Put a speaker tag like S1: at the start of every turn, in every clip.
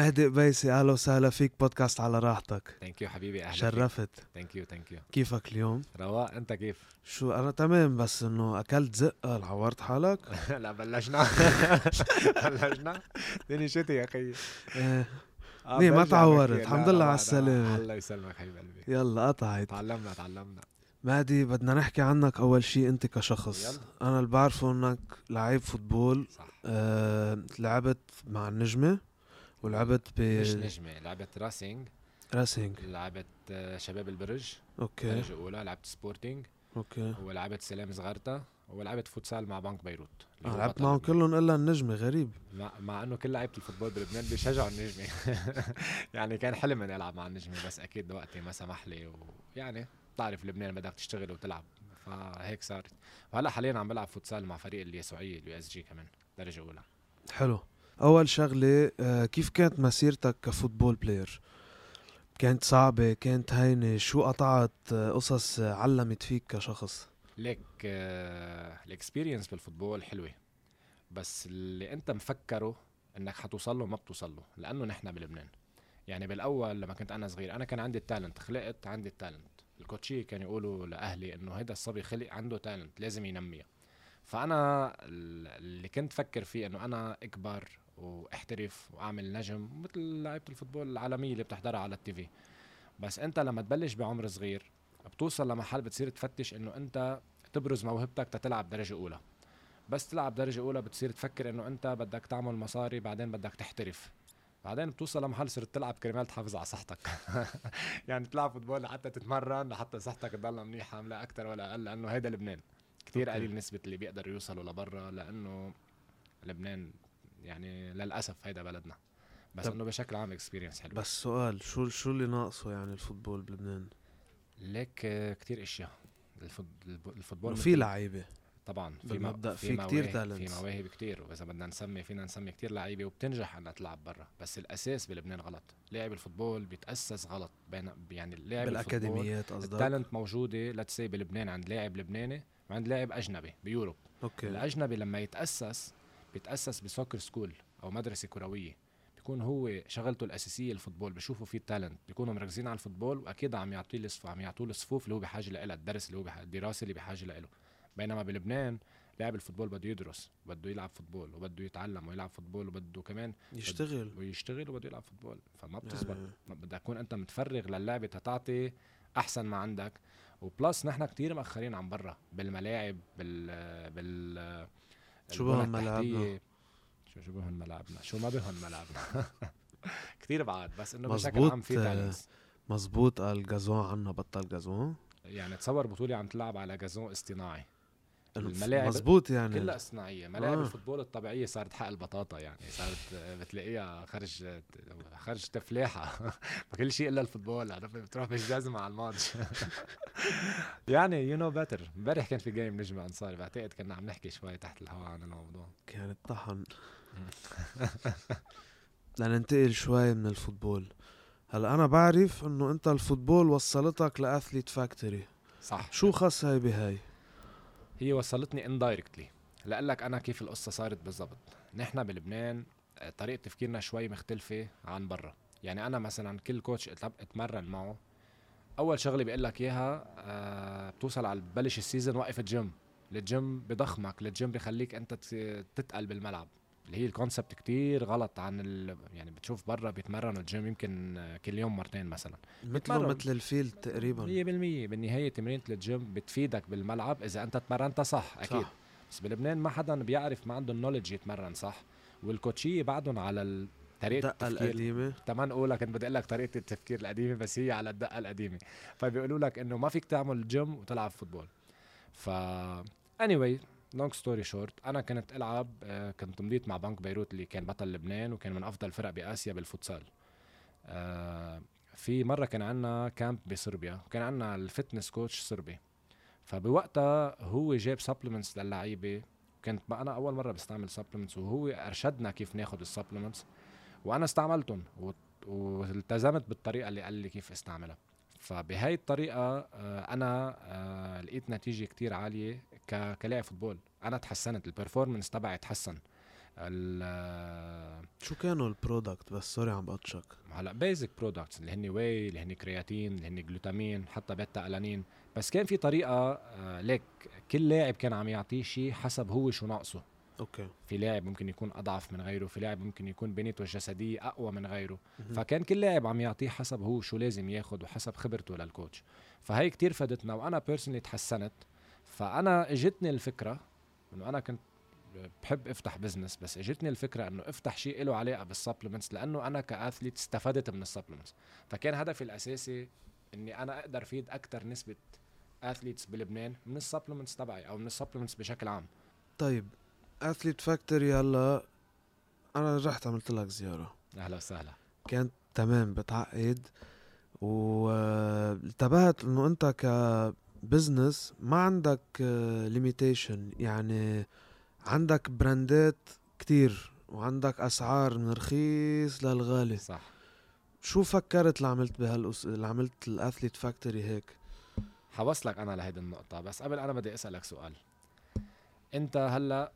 S1: مهدي قبيسي اهلا وسهلا فيك بودكاست على راحتك
S2: ثانك يو حبيبي اهلا
S1: شرفت
S2: ثانك يو ثانك يو
S1: كيفك اليوم
S2: رواق انت كيف؟
S1: شو انا تمام بس انه اكلت زقه عورت حالك
S2: لا بلشنا بلشنا تاني شتي يا اخي
S1: آه،
S2: آه،
S1: ليه ما
S2: بلشنا
S1: تعورت؟
S2: بكير. لا،
S1: الحمد
S2: لا،
S1: لله
S2: لا،
S1: على
S2: لا.
S1: السلامة.
S2: الله يسلمك حبيب قلبي
S1: يلا قطعت
S2: تعلمنا تعلمنا
S1: مهدي بدنا نحكي عنك اول شيء انت كشخص
S2: يلا.
S1: انا اللي بعرفه انك لعيب فوتبول
S2: صح
S1: آه، لعبت مع النجمه ولعبت
S2: مش
S1: ب
S2: نجمه لعبت راسينج
S1: راسينج
S2: لعبت آه، شباب البرج
S1: اوكي
S2: درجه اولى لعبت سبورتينج
S1: اوكي
S2: ولعبت سلام صغرتها ولعبت فوتسال مع بنك بيروت اللي هو
S1: آه، لعبت
S2: بطل
S1: معهم
S2: لبنان.
S1: كلهم الا النجمه غريب
S2: مع, مع انه كل لعيبه الفوتبول بلبنان بيشجعوا النجمه يعني كان حلم اني العب مع النجمه بس اكيد وقتي ما سمح لي ويعني بتعرف لبنان بدك تشتغل وتلعب فهيك صارت وهلا حاليا عم بلعب فوتسال مع فريق اليسوعيه اليو اس جي كمان درجه اولى
S1: حلو اول شغله آه، كيف كانت مسيرتك كفوتبول بلاير كانت صعبة كانت هينة شو قطعت آه، قصص آه، علمت فيك كشخص
S2: ليك آه، الاكسبيرينس بالفوتبول حلوه بس اللي انت مفكره انك حتوصل له ما بتوصل له لانه نحن بلبنان يعني بالاول لما كنت انا صغير انا كان عندي التالنت خلقت عندي التالنت الكوتشي كان يقولوا لاهلي انه هيدا الصبي خلق عنده تالنت لازم ينميها فانا ال- اللي كنت فكر فيه انه انا اكبر واحترف واعمل نجم مثل لعيبه الفوتبول العالميه اللي بتحضرها على التي في بس انت لما تبلش بعمر صغير بتوصل لمحل بتصير تفتش انه انت تبرز موهبتك تتلعب درجه اولى بس تلعب درجه اولى بتصير تفكر انه انت بدك تعمل مصاري بعدين بدك تحترف بعدين بتوصل لمحل صرت تلعب كرمال تحافظ على صحتك يعني تلعب فوتبول لحتى تتمرن لحتى صحتك تضلها منيحه لا اكثر ولا اقل لانه هيدا لبنان كثير
S1: أوكي.
S2: قليل نسبه اللي بيقدروا يوصلوا لبرا لانه لبنان يعني للاسف هيدا بلدنا بس
S1: طب-
S2: انه بشكل عام اكسبيرينس حلو
S1: بس سؤال شو شو اللي ناقصه يعني الفوتبول بلبنان؟
S2: ليك آه، كتير اشياء الفوت- الب- الفوتبول
S1: في
S2: مثل-
S1: لعيبة
S2: طبعا في مو-
S1: بالمبدأ في كتير
S2: مواهب-
S1: talents.
S2: في مواهب كتير واذا بدنا نسمي فينا نسمي كتير لعيبه وبتنجح انها تلعب برا بس الاساس بلبنان غلط لاعب الفوتبول بيتاسس غلط بين يعني اللاعب الفوتبول
S1: بالأكاديميات قصدك؟
S2: التالنت موجوده لا تسي بلبنان عند لاعب لبناني وعند لاعب اجنبي بيوروب
S1: اوكي
S2: الاجنبي لما يتاسس بيتاسس بسوكر سكول او مدرسه كرويه بيكون هو شغلته الاساسيه الفوتبول بشوفوا فيه تالنت بيكونوا مركزين على الفوتبول واكيد عم يعطيه الصف... عم يعطوه الصفوف اللي هو بحاجه لها الدرس اللي هو بح... الدراسه اللي بحاجه لها بينما بلبنان لاعب الفوتبول بده يدرس بده يلعب فوتبول وبده يتعلم ويلعب فوتبول وبده كمان
S1: يشتغل
S2: ويشتغل وبده يلعب فوتبول فما بتزبط
S1: يعني
S2: ما بدك تكون انت متفرغ للعبه تتعطي احسن ما عندك وبلس نحن كتير مأخرين عن برا بالملاعب بال بال
S1: شو
S2: البنى
S1: بهم
S2: التحتية.
S1: ملاعبنا؟
S2: شو شو بهم ملاعبنا شو ما بهم ملاعبنا كتير بعاد بس انه بشكل
S1: مزبوط،
S2: عام في
S1: آه.
S2: talents.
S1: مزبوط قال جازون آه، عنا بطل جازون
S2: يعني تصور بطوله عم تلعب على جازون اصطناعي
S1: إنه
S2: الملاعب
S1: مزبوط يعني
S2: كلها اصطناعيه ملاعب
S1: آه.
S2: آه. الفوتبول الطبيعيه صارت حق البطاطا يعني صارت آه، بتلاقيها خرج آه، خرج تفلاحه كل شيء الا الفوتبول عرفت بتروح بالجزمه على الماتش يعني يو نو بيتر امبارح كان في جيم نجم انصاري بعتقد كنا عم نحكي شوي تحت الهواء عن الموضوع
S1: كانت طحن لننتقل شوي من الفوتبول هلا انا بعرف انه انت الفوتبول وصلتك لاثليت فاكتوري
S2: صح
S1: شو خص هاي بهاي
S2: هي وصلتني اندايركتلي لاقول لك انا كيف القصه صارت بالضبط نحن بلبنان آه، طريقه تفكيرنا شوي مختلفه عن برا يعني انا مثلا كل كوتش أتلب- اتمرن معه اول شغله بيقول لك اياها آه، بتوصل على ببلش السيزون وقف الجيم الجيم بضخمك الجيم بخليك انت ت- تتقل بالملعب اللي هي الكونسبت كتير غلط عن ال... يعني بتشوف برا بيتمرنوا الجيم يمكن آه، كل يوم مرتين مثلا
S1: مثله
S2: بتمرن.
S1: مثل الفيل تقريبا
S2: 100% بالنهايه تمرينة الجيم بتفيدك بالملعب اذا انت تمرنتها صح اكيد
S1: صح.
S2: بس بلبنان ما حدا بيعرف ما عنده النولج يتمرن صح والكوتشيه بعدهم على ال- طريقه
S1: الدقه
S2: التفكير
S1: القديمه
S2: كمان اقولك كنت بدي اقول لك طريقه التفكير القديمه بس هي على الدقه القديمه فبيقولوا لك انه ما فيك تعمل جيم وتلعب فوتبول ف anyway لونج ستوري شورت انا كنت العب آه، كنت مضيت مع بنك بيروت اللي كان بطل لبنان وكان من افضل فرق باسيا بالفوتسال آه، في مره كان عندنا كامب بصربيا وكان عندنا الفتنس كوتش صربي فبوقتها هو جاب سبلمنتس للعيبه كنت بقى انا اول مره بستعمل سبلمنتس وهو ارشدنا كيف ناخذ السبلمنتس وانا استعملتهم و- والتزمت بالطريقه اللي قال لي كيف استعملها فبهاي الطريقه آه، انا آه، لقيت نتيجه كتير عاليه ك- كلاعب فوتبول انا تحسنت البرفورمنس تبعي تحسن آه، ال-
S1: شو كانوا البرودكت بس سوري عم بقطشك
S2: هلا بيزك برودكتس اللي هن واي اللي هن كرياتين اللي هن جلوتامين حتى بيتا الانين بس كان في طريقه آه، ليك كل لاعب كان عم يعطيه شيء حسب هو شو ناقصه
S1: اوكي
S2: في لاعب ممكن يكون اضعف من غيره في لاعب ممكن يكون بنيته الجسديه اقوى من غيره فكان كل لاعب عم يعطيه حسب هو شو لازم ياخد وحسب خبرته للكوتش فهي كتير فادتنا وانا بيرسونلي تحسنت فانا اجتني الفكره انه انا كنت بحب افتح بزنس بس اجتني الفكره انه افتح شيء له علاقه بالسبلمنتس لانه انا كاثليت استفدت من السبلمنتس فكان هدفي الاساسي اني انا اقدر فيد اكثر نسبه اثليتس بلبنان من السبلمنتس تبعي او من السبلمنتس بشكل عام
S1: طيب اثليت فاكتوري هلا انا رحت عملت لك زياره
S2: اهلا وسهلا
S1: كانت تمام بتعقد وانتبهت انه انت كبزنس ما عندك ليميتيشن يعني عندك براندات كتير وعندك اسعار من رخيص للغالي
S2: صح
S1: شو فكرت اللي عملت بهالأس... اللي عملت الاثليت فاكتوري هيك
S2: حوصلك انا لهيدي النقطة بس قبل انا بدي اسألك سؤال انت هلا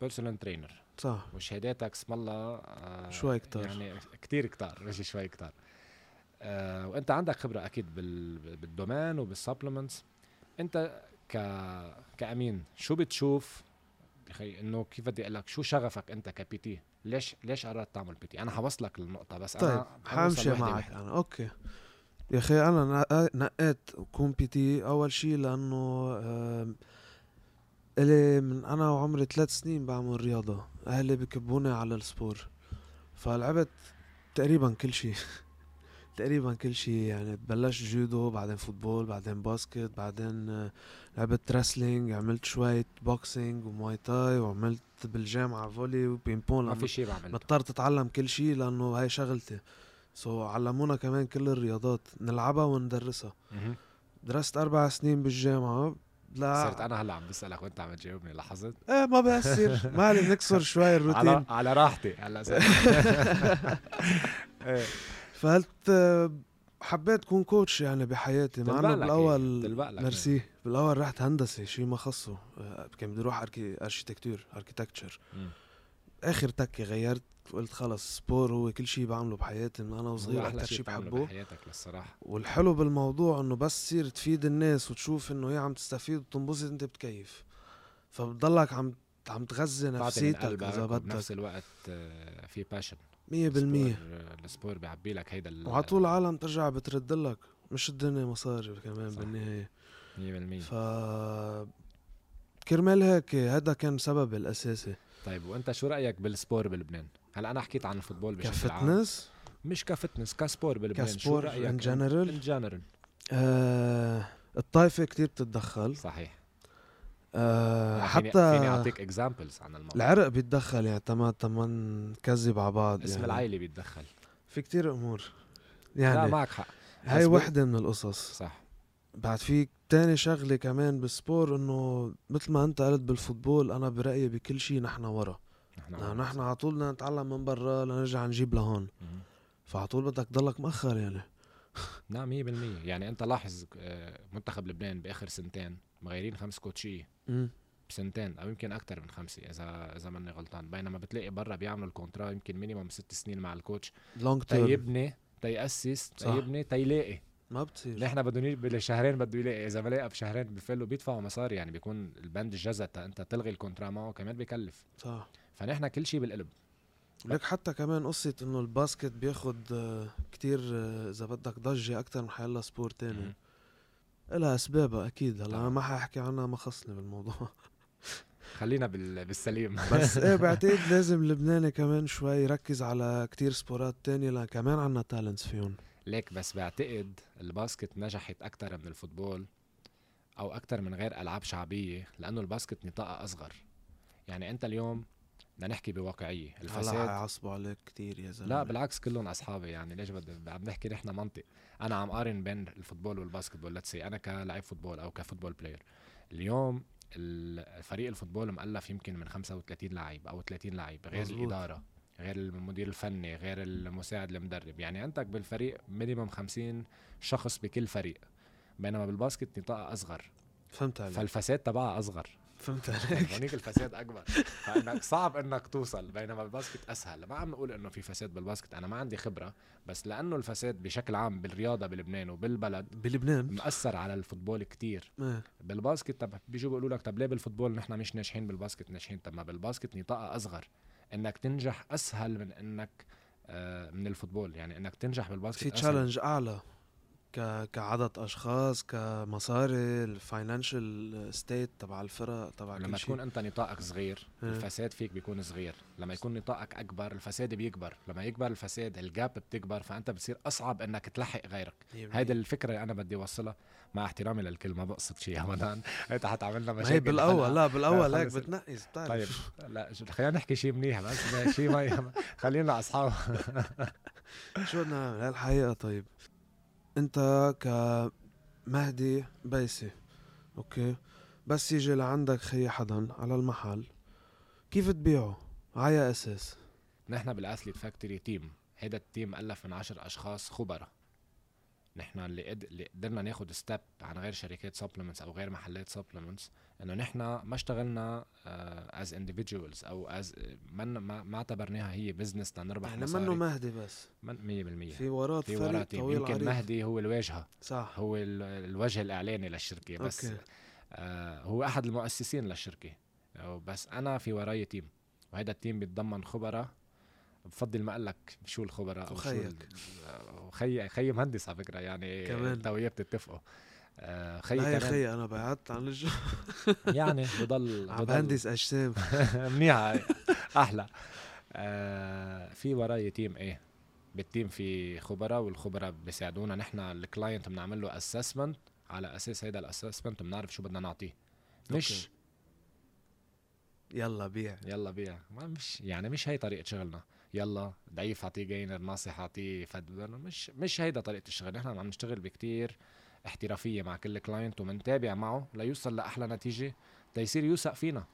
S2: بيرسونال ترينر
S1: صح
S2: وشهاداتك اسم الله آه،
S1: شوي كتار.
S2: يعني كتير كتار مش شوي كتار آه وانت عندك خبرة اكيد بال... بالدومين وبالسبلمنتس انت ك كامين شو بتشوف بخي انه كيف بدي اقول لك شو شغفك انت كبي تي ليش ليش قررت تعمل بي تي انا حوصلك للنقطة بس
S1: طيب
S2: انا حوصل
S1: حامشي
S2: وحدة
S1: معك
S2: وحدة.
S1: انا اوكي يا اخي انا نق- نقيت كون بي تي اول شيء لانه آم، الي من انا وعمري ثلاث سنين بعمل رياضه اهلي بكبوني على السبور فلعبت تقريبا كل شيء تقريبا كل شيء يعني بلشت جودو بعدين فوتبول بعدين باسكت بعدين آه، لعبت رسلينج عملت شوية بوكسينج ومواي تاي وعملت بالجامعة فولي وبينج بون
S2: ما
S1: لأنه
S2: في شيء بعمله
S1: مضطر تتعلم كل شيء لانه هاي شغلتي سو علمونا كمان كل الرياضات نلعبها وندرسها
S2: مهم.
S1: درست اربع سنين بالجامعه لا
S2: صرت انا هلا عم بسألك وانت عم تجاوبني لاحظت
S1: ايه ما بأثر ما علي نكسر شوي الروتين
S2: على على راحتي هلا صار. إيه.
S1: فقلت آه، حبيت كون كوتش يعني بحياتي مع
S2: بتنبق
S1: انه
S2: لك
S1: بالاول
S2: هي، بتنبق لك يعني.
S1: ميرسي بالاول رحت هندسه شيء ما خصه آه، كان بدي اروح أركي- اركيتكتور اركيتكتشر
S2: مم.
S1: اخر تكه غيرت قلت خلص سبور هو كل شيء بعمله بحياتي من انا وصغير
S2: أحلى
S1: اكثر شيء
S2: بتعمله
S1: بحبه
S2: بحياتك للصراحه
S1: والحلو بالموضوع انه بس تصير تفيد الناس وتشوف انه هي عم تستفيد وتنبسط انت بتكيف فبتضلك عم عم تغذي
S2: تعطي من
S1: نفسيتك
S2: قلبك
S1: اذا بدك
S2: بنفس الوقت آه، في باشن
S1: 100%
S2: السبور بيعبي لك هيدا ال-
S1: وعلى طول العالم ترجع بترد لك مش الدنيا مصاري كمان
S2: صح.
S1: بالنهايه
S2: 100%
S1: ف كرمال هيك هذا كان سبب الاساسي
S2: طيب وانت شو رايك بالسبور بلبنان؟ هلا انا حكيت عن الفوتبول بشكل عام
S1: كفتنس
S2: مش كفتنس كسبور بلبنان
S1: كسبور
S2: شو رايك
S1: in general؟
S2: ان جنرال
S1: آه الطائفه كتير بتتدخل
S2: صحيح
S1: آه
S2: أنا
S1: حتى
S2: فيني- يعني فيني اعطيك اكزامبلز عن الموضوع
S1: العرق بيتدخل يعني تما تما نكذب على بعض
S2: اسم
S1: يعني.
S2: العائله بيتدخل
S1: في كتير امور
S2: لا
S1: يعني
S2: معك حق
S1: هاي
S2: بس ب-
S1: وحده من القصص
S2: صح
S1: بعد في تاني شغله كمان بالسبور انه مثل ما انت قلت بالفوتبول انا برايي بكل شيء نحن ورا يعني
S2: نحن
S1: نحن, نحن على طول بدنا نتعلم من برا لنرجع نجيب لهون
S2: مهم.
S1: فعلى طول بدك تضلك مأخر يعني
S2: نعم 100% يعني انت لاحظ آه، منتخب لبنان باخر سنتين مغيرين خمس كوتشيه
S1: مم.
S2: بسنتين او يمكن اكثر من خمسه اذا اذا ماني غلطان بينما بتلاقي برا بيعملوا الكونترا يمكن مينيموم ست سنين مع الكوتش
S1: لونج تيرم
S2: تيبني تيأسس
S1: طيب. صح.
S2: تيبني تيلاقي
S1: ما بتصير
S2: نحن بدهم يجي- بالشهرين بده يلاقي اذا ما لقى بشهرين بفلوا بيدفعوا مصاري يعني بيكون البند الجزء تا- انت تلغي الكونترا معه كمان بكلف
S1: صح
S2: فنحن كل شيء بالقلب
S1: ولك حتى كمان قصة انه الباسكت بياخد آه، كتير آه، اذا بدك ضجة اكتر من حيلا سبور تاني
S2: مم. نعم.
S1: الها اسبابها اكيد هلا أنا
S2: طبعاً.
S1: ما حاحكي عنها ما خصني بالموضوع
S2: خلينا بال... بالسليم
S1: بس ايه بعتقد لازم اللبناني كمان شوي يركز على كتير سبورات تانية لان كمان عنا تالنتس فيهم
S2: ليك بس بعتقد الباسكت نجحت اكثر من الفوتبول او اكثر من غير العاب شعبيه لانه الباسكت نطاقها اصغر يعني انت اليوم بدنا نحكي بواقعيه
S1: هلا
S2: الفساد
S1: حيعصبوا عليك كتير يا زلمه
S2: لا بالعكس كلهم اصحابي يعني ليش بدي عم نحكي نحن منطق انا عم قارن بين الفوتبول والباسكتبول ليتس انا كلاعب فوتبول او كفوتبول بلاير اليوم ال- فريق الفوتبول مؤلف يمكن من 35 لعيب او 30 لعيب غير
S1: مزبوط.
S2: مزبوط. الاداره غير المدير الفني غير المساعد المدرب يعني عندك بالفريق مينيمم 50 شخص بكل فريق بينما بالباسكت نطاقها اصغر
S1: فهمت عليك
S2: فالفساد تبعها اصغر
S1: فهمت
S2: يعني
S1: عليك
S2: هونيك الفساد اكبر فانك صعب انك توصل بينما الباسكت اسهل ما عم نقول انه في فساد بالباسكت انا ما عندي خبره بس لانه الفساد بشكل عام بالرياضه بلبنان وبالبلد
S1: بلبنان
S2: مأثر على الفوتبول كتير
S1: إيه.
S2: بالباسكت طب بيجوا بيقولوا لك طب ليه بالفوتبول نحن مش ناجحين بالباسكت ناجحين طب ما بالباسكت نطاقها اصغر انك تنجح اسهل من انك آه، من الفوتبول يعني انك تنجح بالباسكت
S1: في
S2: أسهل.
S1: تشالنج اعلى ك كعدد اشخاص كمصاري الفاينانشال ستيت تبع الفرق تبع
S2: لما
S1: كل
S2: تكون
S1: شيء
S2: انت نطاقك صغير
S1: إيه.
S2: الفساد فيك بيكون صغير لما يكون نطاقك اكبر الفساد بيكبر لما يكبر الفساد الجاب بتكبر فانت بتصير اصعب انك تلحق غيرك هيدي الفكره اللي انا بدي اوصلها مع احترامي للكل ما بقصد شيء ابدا انت حتعملنا
S1: ما هي
S2: مشاكل
S1: بالاول لا بالاول هيك
S2: خلص.
S1: بتنقص بتعرف
S2: طيب لا شو- خلينا نحكي شيء منيح بس ما- شيء ما خلينا اصحاب
S1: شو بدنا نعمل هاي الحقيقة طيب انت كمهدي بيسي اوكي بس يجي لعندك خي حدا على المحل كيف تبيعه عيا اساس
S2: نحن بالاثليت فاكتوري تيم هيدا التيم الف من عشر اشخاص خبراء نحن اللي, قد... اللي قدرنا ناخد ستيب عن غير شركات سبلمنتس او غير محلات سبلمنتس انه نحن ما اشتغلنا از individuals او از ما ما ما اعتبرناها هي بزنس لنربح
S1: يعني منه
S2: مصاري
S1: مهدي بس
S2: من 100%
S1: في وراه
S2: في
S1: فريق
S2: وراه تيم
S1: طويل
S2: يمكن
S1: عريض
S2: مهدي هو الواجهه
S1: صح
S2: هو ال- الوجه الاعلاني للشركه بس
S1: أوكي.
S2: آه هو احد المؤسسين للشركه آه، بس انا في وراي تيم وهذا التيم بيتضمن خبراء بفضل ما اقول لك شو الخبراء او شو ال-
S1: وخيك.
S2: آه، وخي خي مهندس على فكره يعني
S1: كمان.
S2: انت وياه بتتفقوا آه خي
S1: لا يا
S2: كمان
S1: خي انا بعدت عن الجو
S2: يعني بضل
S1: عم
S2: بضل
S1: بهندس اجسام
S2: منيحه هاي. احلى آه في وراي تيم ايه بالتيم في خبراء والخبراء بيساعدونا نحن الكلاينت بنعمل له اسسمنت على اساس هيدا الاسسمنت بنعرف شو بدنا نعطيه مش
S1: يلا بيع
S2: يلا بيع ما مش يعني مش هي طريقه شغلنا يلا ضعيف اعطيه جينر ناصح اعطيه فد مش مش هيدا طريقه الشغل نحن عم نشتغل بكتير احترافيه مع كل كلاينت ومنتابع معه ليوصل لاحلى نتيجه تيصير يوثق فينا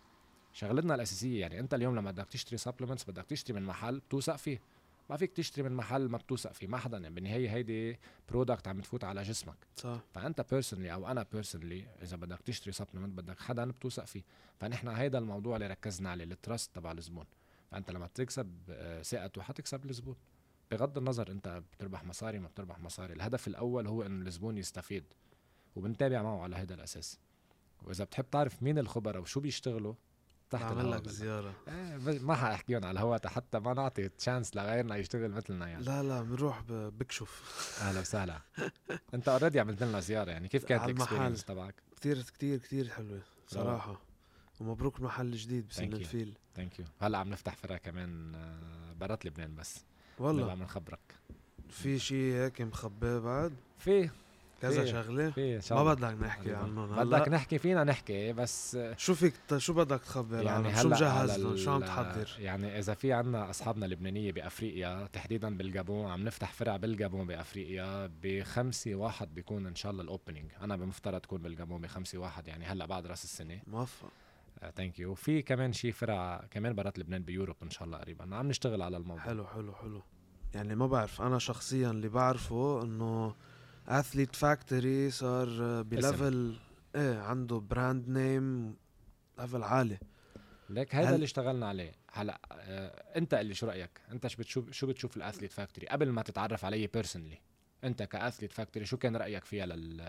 S2: شغلتنا الاساسيه يعني انت اليوم لما بدك تشتري سبلمنتس بدك تشتري من محل بتوثق فيه ما فيك تشتري من محل ما بتوثق فيه ما حدا يعني بالنهايه هيدي برودكت عم تفوت على جسمك
S1: صح
S2: فانت بيرسونلي او انا بيرسونلي اذا بدك تشتري سبلمنت بدك حدا بتوثق فيه فنحن هيدا الموضوع اللي ركزنا عليه التراست تبع الزبون فانت لما تكسب آه، ثقته حتكسب الزبون بغض النظر انت بتربح مصاري ما بتربح مصاري الهدف الاول هو انه الزبون يستفيد وبنتابع معه على هيدا الاساس واذا بتحب تعرف مين الخبراء وشو بيشتغلوا تحت
S1: بعمل
S2: الهواء
S1: لك
S2: بال-
S1: زياره
S2: آه، بس ما حاحكيهم على الهواء حتى ما نعطي تشانس لغيرنا يشتغل مثلنا يعني
S1: لا لا بنروح ب- بكشف
S2: اهلا وسهلا انت اوريدي عملت لنا زياره يعني كيف كانت
S1: على المحل.
S2: الاكسبيرينس تبعك؟
S1: كتير كتير كتير حلوة صراحة ومبروك المحل الجديد بسن
S2: Thank you.
S1: الفيل
S2: ثانك يو هلا عم نفتح فرع كمان آه، برات لبنان بس والله
S1: والله
S2: عم نخبرك
S1: في شيء هيك مخباه بعد
S2: في
S1: كذا
S2: في-
S1: شغلة
S2: في ان شاء
S1: ما
S2: الله
S1: بدك نحكي عنهم
S2: يعني بدك
S1: هلا
S2: نحكي فينا نحكي بس آه،
S1: شو فيك ت- شو بدك تخبر
S2: يعني
S1: يعني
S2: هلا
S1: شو
S2: على
S1: مجهز لهم
S2: ال-
S1: شو عم تحضر
S2: يعني اذا في عنا اصحابنا اللبنانيه بافريقيا تحديدا بالجابون عم نفتح فرع بالجابون بافريقيا بخمسة واحد بيكون ان شاء الله الاوبننج انا بمفترض تكون بالجابون بخمسة واحد يعني هلا بعد راس آه، السنه
S1: موفق
S2: ثانك يو وفي كمان شي فرع كمان برات لبنان بيوروب ان شاء الله قريبا عم نشتغل على الموضوع
S1: حلو حلو حلو يعني ما بعرف انا شخصيا اللي بعرفه انه اثليت فاكتوري صار آه، بليفل ايه عنده براند نيم ليفل عالي
S2: ليك هذا
S1: هل-
S2: اللي اشتغلنا عليه هلا آه انت اللي شو رايك انت شو بتشوف شو بتشوف الاثليت فاكتوري قبل ما تتعرف علي بيرسونلي انت كاثليت فاكتوري شو كان رايك فيها لل...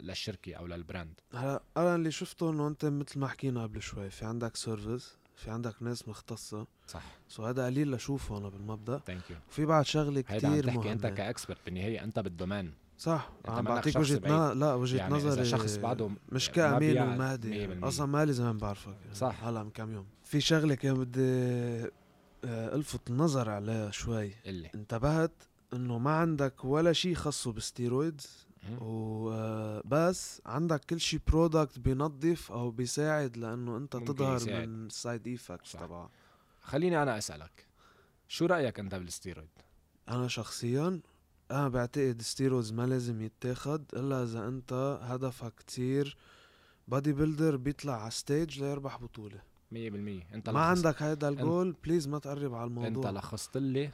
S2: للشركه او للبراند
S1: هلا انا اللي شفته انه انت مثل ما حكينا قبل شوي في عندك سيرفيس في عندك ناس مختصه
S2: صح
S1: سو هذا قليل لشوفه انا بالمبدا
S2: ثانك يو
S1: وفي بعد شغله
S2: هيدا عم
S1: كتير
S2: تحكي
S1: مهمه
S2: انت كاكسبرت بالنهايه انت بالدومين
S1: صح
S2: أنت
S1: عم
S2: منك
S1: بعطيك
S2: شخص
S1: وجهه
S2: بعيد.
S1: نظر لا وجهه
S2: يعني
S1: نظري
S2: اذا شخص بعده
S1: مش
S2: ما
S1: كامين
S2: بيعرف
S1: ومهدي
S2: 100%
S1: يعني. اصلا ما لي زمان بعرفك يعني.
S2: صح.
S1: هلا من كم يوم في شغله كان بدي آه، الفت النظر عليها شوي
S2: اللي
S1: انتبهت انه ما عندك ولا شيء خاصه بالستيرويدز
S2: مم.
S1: وبس آه، عندك كل شيء برودكت بينظف او بيساعد لانه انت
S2: ممكن
S1: تظهر
S2: يساعد.
S1: من السايد ايفكتس
S2: صح.
S1: تبعه
S2: خليني انا اسالك شو رايك انت بالستيرويد
S1: انا شخصيا انا بعتقد الستيرويدز ما لازم يتاخد الا اذا انت هدفك كتير بادي بيلدر بيطلع على ستيج ليربح بطوله
S2: 100% انت
S1: ما
S2: لخصت-
S1: عندك هيدا الجول بليز ما تقرب على
S2: انت
S1: الموضوع
S2: لخصت لي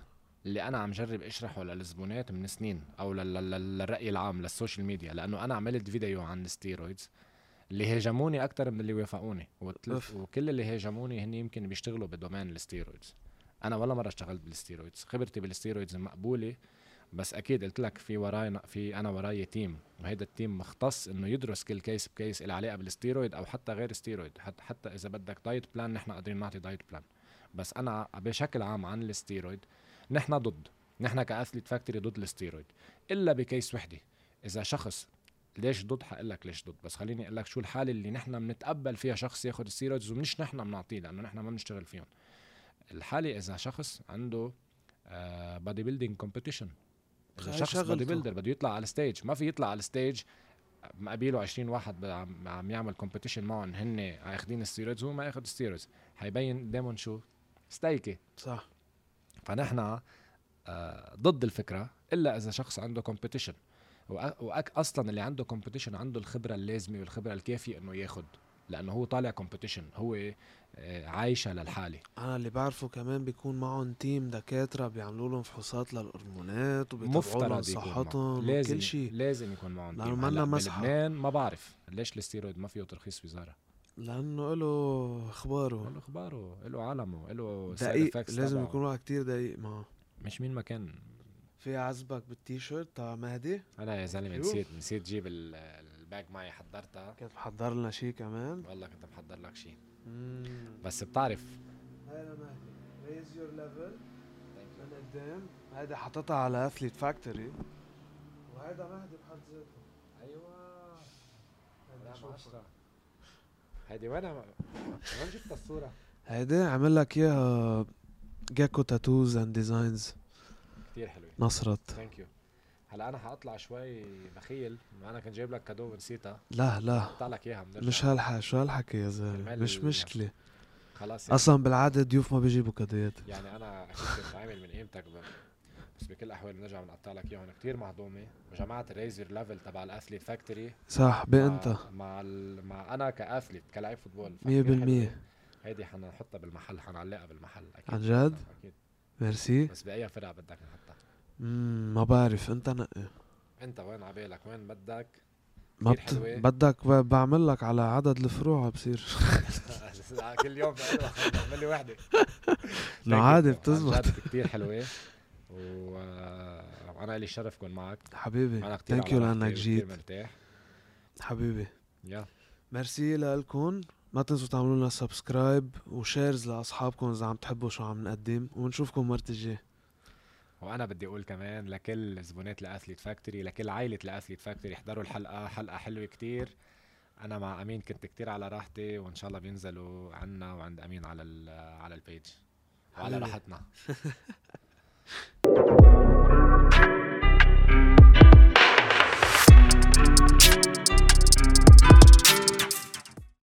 S2: اللي انا عم جرب اشرحه للزبونات من سنين او لل- لل- للراي العام للسوشيال ميديا لانه انا عملت فيديو عن الستيرويدز اللي هاجموني اكثر من اللي وافقوني وتل-
S1: أوف.
S2: وكل اللي هاجموني هن يمكن بيشتغلوا بدومين الستيرويدز انا ولا مره اشتغلت بالستيرويدز خبرتي بالستيرويدز مقبوله بس اكيد قلت لك في وراي في انا وراي تيم وهيدا التيم مختص انه يدرس كل كيس بكيس له علاقه بالستيرويد او حتى غير ستيرويد حتى, حتى اذا بدك دايت بلان نحن قادرين نعطي دايت بلان بس انا بشكل عام عن الستيرويد نحن ضد نحن كاثليت فاكتوري ضد الستيرويد الا بكيس وحده اذا شخص ليش ضد حقول لك ليش ضد بس خليني اقول لك شو الحاله اللي نحن بنتقبل فيها شخص ياخذ الستيرويدز ومش نحن بنعطيه لانه نحن ما بنشتغل فيهم الحاله اذا شخص عنده آه، بادي بيلدينج كومبيتيشن اذا
S1: هاي
S2: شخص بادي
S1: شغلته.
S2: بيلدر بده يطلع على الستيج ما في يطلع على الستيج مقابله 20 واحد بد- عم عم يعمل كومبيتيشن معهم هن اخذين الستيرويدز وهو ما اخذ الستيرويدز حيبين قدامهم شو ستيكه
S1: صح
S2: فنحن آه، ضد الفكره الا اذا شخص عنده كومبيتيشن واصلا اللي عنده كومبيتيشن عنده الخبره اللازمه والخبره الكافيه انه ياخد لانه هو طالع كومبيتيشن هو آه، عايشه للحاله
S1: انا اللي بعرفه كمان بيكون معهم تيم دكاتره بيعملوا لهم فحوصات للهرمونات وبيتابعوا لهم
S2: مفترض يكون معه.
S1: صحتهم
S2: لازم
S1: وكل شيء
S2: لازم يكون معهم
S1: لأنه
S2: تيم.
S1: منا
S2: هلأ
S1: مسحة.
S2: بلبنان ما بعرف ليش الستيرويد ما فيه ترخيص وزاره
S1: لانه له اخباره
S2: له اخباره له عالمه له side
S1: دقيق
S2: effects
S1: لازم
S2: تبعه.
S1: يكون واحد كتير دقيق معه
S2: مش مين ما كان
S1: في عزبك بالتيشيرت تبع مهدي
S2: انا يا زلمه
S1: شوف.
S2: نسيت نسيت جيب ال- الباج معي حضرتها
S1: كانت محضر لنا شيء كمان
S2: والله كنت محضر لك شيء
S1: مم.
S2: بس بتعرف
S1: هلا مهدي ريز يور ليفل من قدام هيدا حاططها على اثليت فاكتوري وهيدا مهدي بحد ذاته
S2: ايوه
S1: هيدا شوفها.
S2: هيدي وين وين جبت الصوره
S1: هيدي عامل لك آه، اياها جاكو تاتوز اند ديزاينز
S2: كثير حلوه
S1: نصرت
S2: ثانك يو هلا انا حاطلع شوي بخيل انا كنت جايب لك كادو ونسيتها
S1: لا لا
S2: حط لك اياها بنرجع.
S1: مش هالحق شو هالحكي يا زلمه
S2: المال
S1: مش
S2: ال-
S1: مشكله
S2: خلاص يعني-
S1: اصلا بالعاده ضيوف ما بيجيبوا كاديات
S2: يعني انا أكيد كنت عامل من قيمتك ب- بس بكل الاحوال بنرجع بنقطع لك اياهم كثير مهضومه وجماعه الريزر ليفل تبع الاثليت فاكتوري
S1: صح
S2: مع-
S1: بانت
S2: مع ال... مع انا كاثليت كلاعب فوتبول
S1: 100%
S2: هيدي حنحطها بالمحل حنعلقها بالمحل اكيد
S1: عن جد؟
S2: اكيد
S1: ميرسي
S2: بس باي فرقه بدك نحطها
S1: مم، ما بعرف انت نقي
S2: انت وين عبالك وين بدك
S1: ما
S2: كتير
S1: بت...
S2: حلوة.
S1: بدك ب- بعمل لك على عدد الفروع بصير
S2: كل يوم بعمل لي وحده
S1: انه عادي بتزبط
S2: كثير حلوه و... آه، وانا لي الشرف كون معك انا
S1: حبيبي
S2: كثير
S1: ثانك يو لانك جيت
S2: مرتاح
S1: حبيبي
S2: يا
S1: ميرسي لكم ما تنسوا تعملوا لنا سبسكرايب وشيرز لاصحابكم اذا عم تحبوا شو عم نقدم ونشوفكم مرة الجاي
S2: وانا بدي اقول كمان لكل زبونات الاثليت فاكتوري لكل عائله الاثليت فاكتوري احضروا الحلقه حلقه حلوه كتير انا مع امين كنت كتير على راحتي وان شاء الله بينزلوا عنا وعند امين على ال- على البيج
S1: حبيبي.
S2: وعلى راحتنا